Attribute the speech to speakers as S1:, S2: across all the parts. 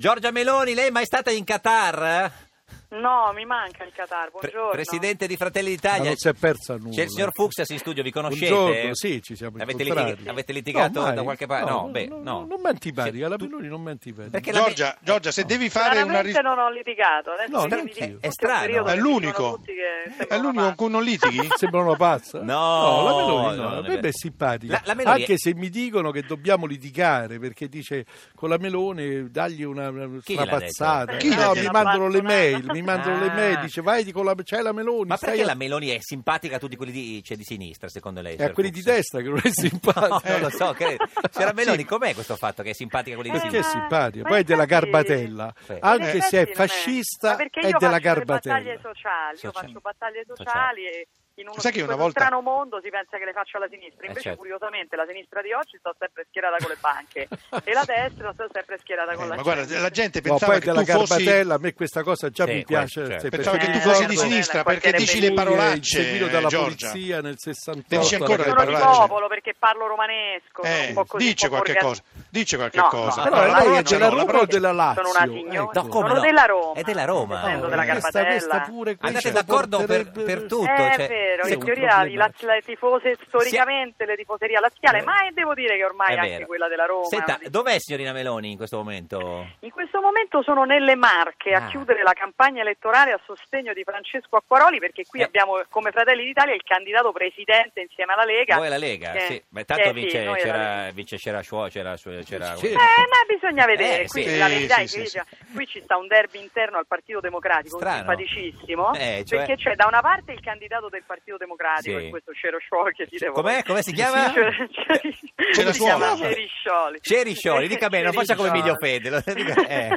S1: Giorgia Meloni, lei è mai stata in Qatar?
S2: No, mi manca il Qatar,
S1: Pre-
S2: buongiorno.
S1: Presidente di Fratelli
S3: Ma
S1: d'Italia.
S3: non si è persa nulla.
S1: C'è il signor Fuchs in studio, vi conoscete?
S3: Buongiorno, sì, ci siamo
S1: Avete,
S3: incontrati.
S1: litig- avete litigato
S3: No, mai.
S1: da qualche parte? No,
S3: no,
S1: beh,
S3: no,
S1: no.
S3: no, Non mi antipatica, la
S1: tu-
S3: Meloni non mi antipatica.
S1: Perché la-
S4: Giorgia, Giorgia, se devi fare una
S2: Eh. Veramente
S4: risposta...
S2: non ho litigato. Adesso
S3: No,
S2: mi
S3: neanch'io.
S2: dici-
S3: È
S2: questo un
S1: strano.
S2: periodo
S4: È
S2: che dicono
S4: l'unico.
S2: tutti che
S4: È
S2: sembrano
S4: l'unico con
S2: pazzi.
S4: cui non litighi?
S3: Sembra una pazza?
S1: No,
S3: la Meloni
S1: no,
S3: no,
S1: non
S3: la
S1: è
S3: Meloni
S1: vero.
S3: è simpatica.
S1: La- la Meloni
S3: Anche
S1: è-
S3: se mi dicono che dobbiamo litigare perché dice con la Meloni dagli una, una
S1: Chi gliel'ha
S3: pazzata.
S4: detto? Chi gliel'ha
S3: no, mi
S4: detto?
S3: mandano le
S2: Una
S3: mail,
S2: pazza.
S3: mi mandano le
S1: Ah.
S3: mail, dice vai con la c'è la Meloni,
S1: Ma
S3: stai
S1: perché
S3: a-
S1: la Meloni è simpatica a tutti quelli di, cioè, di sinistra, secondo lei?
S3: e a
S1: signor
S3: Eh, quelli di
S1: Fuchs?
S3: destra che non è simpatica.
S1: No, non lo so, che... signora
S3: Sì.
S1: Meloni, com'è questo fatto che è simpatica a quelli di
S3: Perché è
S1: sinistra?
S3: simpatica,
S2: ma
S3: poi è della
S2: infatti-
S3: garbatella,
S1: Sì.
S2: In
S3: anche
S2: effetti
S3: se
S2: non
S3: è fascista
S2: Ma perché
S3: è
S2: io
S3: della
S2: faccio le battaglie
S3: garbatella.
S2: sociali, io
S1: Sociali.
S2: faccio battaglie sociali,
S1: Sociali.
S2: e in uno,
S4: Sai che
S2: in
S4: una
S2: questo
S4: volta-
S2: strano mondo si pensa che le faccio alla sinistra,
S1: Eh,
S2: invece
S1: certo.
S2: curiosamente la sinistra di oggi sta sempre schierata con le banche e la destra sta sempre schierata con
S4: Eh,
S2: la
S4: ma guarda, la gente
S3: No,
S4: pensava
S3: poi
S4: che
S3: della
S4: tu fossi...
S3: garbatella, a me questa cosa già
S1: Sì,
S3: mi piace.
S1: certo.
S3: se
S4: Pensava
S3: perché
S4: che tu
S2: Eh,
S4: fossi di
S2: guarda,
S4: sinistra
S2: guarda,
S4: perché
S2: guarda,
S4: dici le
S3: lui è
S4: parolacce,
S3: inseguito dalla
S4: Giorgia.
S3: polizia nel
S4: Dici
S3: 68 alla
S4: ancora le
S2: Sono di
S4: parolacce.
S2: popolo perché parlo romanesco, sono
S4: Eh,
S2: un po' così,
S4: dice
S2: un po'
S4: qualche
S2: borghese.
S4: cosa, dice qualche
S2: No,
S4: cosa.
S2: no,
S3: Però
S2: no,
S3: lei
S2: no,
S3: è della
S2: no,
S3: Roma
S2: no,
S3: o della Lazio?
S2: Sono una signora.
S3: Ecco.
S1: No, come
S2: sono
S1: no?
S2: della Roma.
S1: È della Roma.
S2: Essendo
S1: Oh,
S2: della
S1: questa-
S3: questa, questa
S2: Garbatella.
S3: pure
S1: Andate
S3: questa
S1: d'accordo per,
S3: porterebbe-
S1: per tutto.
S2: Eh,
S1: cioè,
S2: è vero,
S1: se-
S3: sì,
S2: in
S3: un
S2: teoria
S3: problema.
S2: la- le tifose storicamente le tifoserie laziale,
S1: Eh.
S2: ma eh, devo dire che ormai
S1: è
S2: anche
S1: vero.
S2: quella della Roma.
S1: Senta,
S2: è una-
S1: dov'è signorina Meloni in questo momento?
S2: In questo momento sono nelle Marche a
S1: Ah.
S2: chiudere la campagna elettorale a sostegno di Francesco Acquaroli perché qui
S1: Eh.
S2: abbiamo come Fratelli d'Italia il candidato presidente insieme alla Lega.
S1: Voi la Lega?
S2: Eh,
S1: Sì. Beh, tanto
S2: eh, sì,
S1: vince,
S2: noi la Lega.
S1: c'era, vince c'era Sciuo, c'era... c'era-
S3: Sì.
S2: Eh, ma bisogna vedere,
S1: Eh,
S2: qui
S1: sì.
S2: la
S4: Sì,
S2: verità è
S4: sì,
S2: che
S4: sì,
S2: dice- qui ci sta un derby interno al Partito Democratico,
S1: Strano.
S2: simpaticissimo,
S1: Eh, cioè-
S2: perché c'è da una parte il candidato del Partito Democratico,
S1: Sì.
S2: e questo Cero Scioli che Cioè, ti devo
S1: Com'è? Come si chiama? Eh,
S4: Ce
S2: Cero
S4: la suona?
S2: Ceriscioli.
S1: Ceriscioli, dica bene, non faccia come Emilio Fede, lo dica- eh.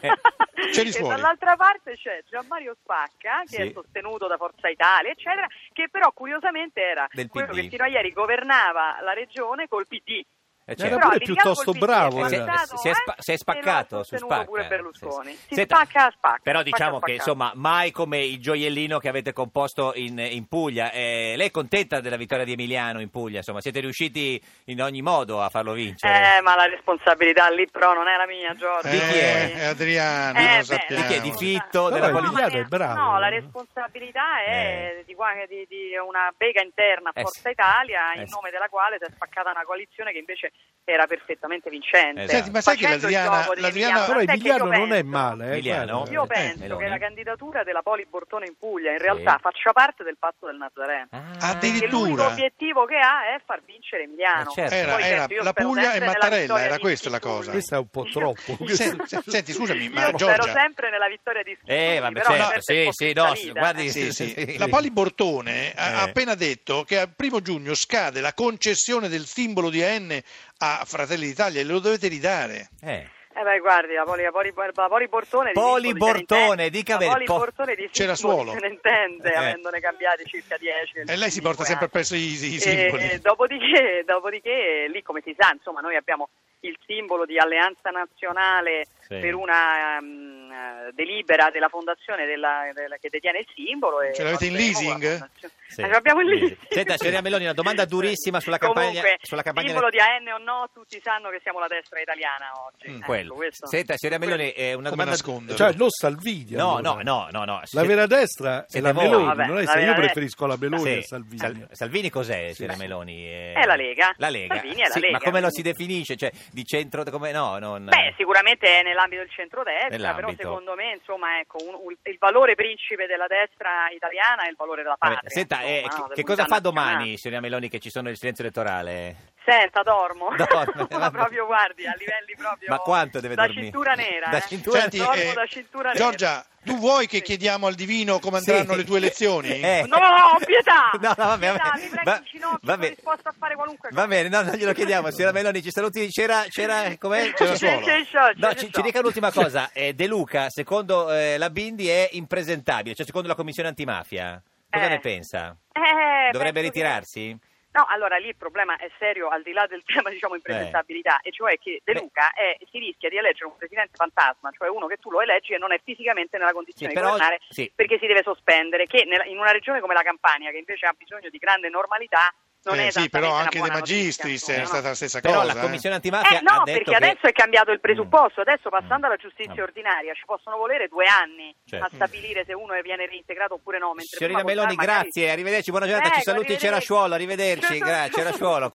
S4: Ceriscioli.
S2: E dall'altra parte c'è Gianmario Spacca, che
S1: Sì.
S2: è sostenuto da Forza Italia, eccetera, che però curiosamente era
S1: Del
S2: quello
S1: PD.
S2: che fino a ieri governava la regione col PD.
S1: Eh,
S3: Era
S1: certo.
S3: Cioè, pure
S2: Però diciamo di fianco
S3: piuttosto
S2: al PD
S3: bravo,
S2: c'è
S1: Eh, si, è,
S3: era.
S2: stato,
S1: si è spa-
S2: eh,
S1: si è
S2: e l'ha
S1: spaccato su
S2: sostenuto
S1: Spacca.
S2: pure
S1: Sì,
S2: Berlusconi.
S1: sì.
S2: Si
S1: Senta,
S2: spacca a spacca.
S1: Però
S2: spacca a
S1: diciamo che
S2: spacca.
S1: insomma mai come il gioiellino che avete composto in, in Puglia. Eh, lei è contenta della vittoria di Emiliano in Puglia? Insomma, siete riusciti in ogni modo a farlo vincere?
S2: Eh, ma la responsabilità lì però non è la mia, Giorgio.
S1: Di chi è?
S4: Eh, Adriano,
S2: Eh,
S4: lo
S2: beh, la
S4: sappiamo.
S1: Di chi è? Di
S2: responsabilità-
S1: Fitto, della
S2: ma
S3: politica?
S2: ne-
S3: È bravo. Eh.
S2: No, la responsabilità è di, qua- di- di una bega interna a
S1: Eh
S2: Forza
S1: sì.
S2: Italia
S1: Eh
S2: in
S1: sì.
S2: nome della quale si è spaccata una coalizione che invece era perfettamente vincente.
S1: Eh, Senti,
S4: ma sai che
S2: Facendo il
S4: l'Adriana-
S2: gioco di
S4: l'Adriana-
S2: Emiliano,
S3: Esatto. Però
S2: tant'è che io
S3: Emiliano non è
S2: penso-
S3: male. Eh,
S1: Emiliano?
S3: guarda.
S2: Io
S1: Eh,
S2: penso
S1: Meloni.
S2: che la candidatura della Poli Bortone in Puglia in
S1: Sì.
S2: realtà faccia parte del patto del Nazareno.
S1: Ah.
S2: Che
S4: Addirittura.
S2: l'unico obiettivo che ha è far vincere Emiliano.
S1: Eh, certo.
S4: Era-
S2: Poi,
S4: era
S2: certo, io
S4: la
S2: spero
S4: Puglia
S2: sempre
S4: e
S2: nella
S4: Mattarella,
S2: vittoria
S4: era
S2: di
S4: questa la
S2: Schittullo.
S4: cosa.
S3: Questa è un po' troppo.
S4: Se- se- senti, scusami, ma
S2: Io spero
S4: Giorgia...
S2: sempre nella vittoria di Schittullo,
S1: Eh, vabbè,
S2: però
S1: certo,
S2: sempre
S1: sì,
S2: un po'
S1: sì,
S2: più
S1: no,
S2: salita,
S1: guardi-
S2: eh.
S4: Sì, sì.
S1: Sì.
S4: La Poli Bortone ha
S1: Eh.
S4: appena detto che al primo giugno scade la concessione del simbolo di AN a Fratelli d'Italia e lo dovete ridare.
S1: Eh.
S2: Eh beh, guardi, la Poli, la Poli, la Poli Bortone di
S1: Poli
S2: Schittullo se ne
S1: Bortone,
S2: intende.
S1: dica
S2: La
S1: bene,
S2: Poli
S1: po-
S2: Bortone di
S4: C'era
S2: Schittullo
S4: suolo.
S2: se ne intende,
S1: Eh.
S2: avendone cambiati circa 10.
S4: E lei si porta sempre presso
S2: Eh,
S4: i, i simboli.
S2: E, dopodiché, dopodiché, lì come si sa, insomma, noi abbiamo il simbolo di alleanza nazionale
S1: Sì.
S2: per una ehm, eh, delibera della fondazione della- della- che detiene il simbolo. e
S4: Ce l'avete in
S2: partiremo con la
S4: leasing?
S2: fondazione.
S1: Sì.
S2: Ma ce l'abbiamo in leasing.
S1: Senta, signorina Meloni, una domanda durissima sulla campagna-
S2: Comunque,
S1: sulla campagna-
S2: simbolo di AN o no, tutti sanno che siamo la destra italiana oggi.
S4: Mm.
S2: Ecco,
S1: Quello.
S2: questo-
S1: Senta, signorina Meloni, eh, una
S4: Come
S1: domanda...
S4: nasconderlo?
S3: Cioè, lo Salvini.
S1: No, no,
S3: allora.
S1: no, no, no.
S3: La
S1: Se-
S3: vera destra è
S1: siete
S3: la
S1: voi.
S3: Meloni.
S2: Vabbè,
S3: non è
S2: la
S3: se- io
S2: vera
S3: preferisco la Meloni
S1: Sì.
S3: a Salvini.
S1: Sal- Salvini cos'è, signora
S2: Sì.
S1: Meloni? Eh,
S2: È la Lega.
S1: La Lega.
S2: Salvini è la
S1: Sì,
S2: Lega.
S1: Ma come lo si definisce? Cioè, di centro... Come... No, non...
S2: Beh, sicuramente è nell'ambito del centrodestra, però
S1: Eh. Nell'ambito.
S2: secondo me, insomma, ecco, un- un- il valore principe della destra italiana è il valore della patria.
S1: Vabbè, Senta,
S2: insomma,
S1: eh,
S2: no?
S1: che- che,
S2: Dell'unità
S1: cosa fa
S2: nazionale.
S1: domani, signorina Meloni, che ci sono il silenzio elettorale?
S2: Senta, dormo.
S1: Dorme,
S2: Ma
S1: vabbè.
S2: proprio guardi, a livelli proprio
S1: Ma quanto deve
S2: da
S1: dormire?
S2: cintura nera,
S1: Da
S2: eh.
S1: cintura-
S2: Senti,
S1: Dormo
S2: Dormo da cintura nera.
S4: Giorgia, tu vuoi che
S2: Sì.
S4: chiediamo al divino come andranno
S1: Sì.
S4: le tue elezioni?
S1: Eh.
S2: No, pietà!
S1: No, no, vabbè,
S2: Pietà,
S1: vabbè.
S2: mi prendo
S1: Va-
S2: in ginocchio,
S1: va
S2: sono
S1: bene.
S2: disposta a fare qualunque cosa.
S1: Va bene, no, non glielo chiediamo, signora Meloni, ci saluti. C'era, c'era,
S2: eh,
S1: com'è?
S4: C'era
S2: Sì, sì,
S4: solo.
S2: sì, sì,
S1: No,
S2: sì,
S1: ci,
S2: sì.
S1: ci dica l'ultima cosa. Eh, De Luca, secondo eh, la Bindi, è impresentabile, cioè secondo la commissione antimafia. Cosa
S2: Eh.
S1: ne pensa?
S2: Eh,
S1: Dovrebbe
S2: penso che-
S1: ritirarsi?
S2: No, allora lì il problema è serio al di là del tema diciamo impresentabilità e cioè che De
S1: Eh. Beh.
S2: Luca è- si rischia di eleggere un presidente fantasma, cioè uno che tu lo eleggi e non è fisicamente nella condizione
S1: Sì,
S2: di
S1: però-
S2: governare
S1: sì.
S2: perché si deve sospendere, che nella- in una regione come la Campania che invece ha bisogno di grande normalità non
S4: Eh,
S2: è
S4: sì, però
S2: esattamente una
S4: anche De
S2: buona
S4: Magistris
S2: notizia,
S4: è
S2: insomma,
S4: stata
S2: no?
S4: la stessa
S1: Però
S4: cosa.
S1: la
S4: eh.
S1: Commissione
S2: Eh,
S1: antimafia
S2: no,
S1: ha detto
S2: perché
S1: che...
S2: adesso è cambiato il presupposto, adesso passando
S1: Mm.
S2: alla giustizia
S1: Ah.
S2: ordinaria ci possono volere due anni
S1: Certo.
S2: a stabilire se uno viene reintegrato oppure no. mentre
S1: Signorina
S2: prima con
S1: Meloni,
S2: calma, magari-
S1: grazie, arrivederci, buona giornata, ci
S2: Prego,
S1: saluti
S2: arrivederci.
S1: Cerasciuolo, arrivederci, grazie, Cerasciuolo.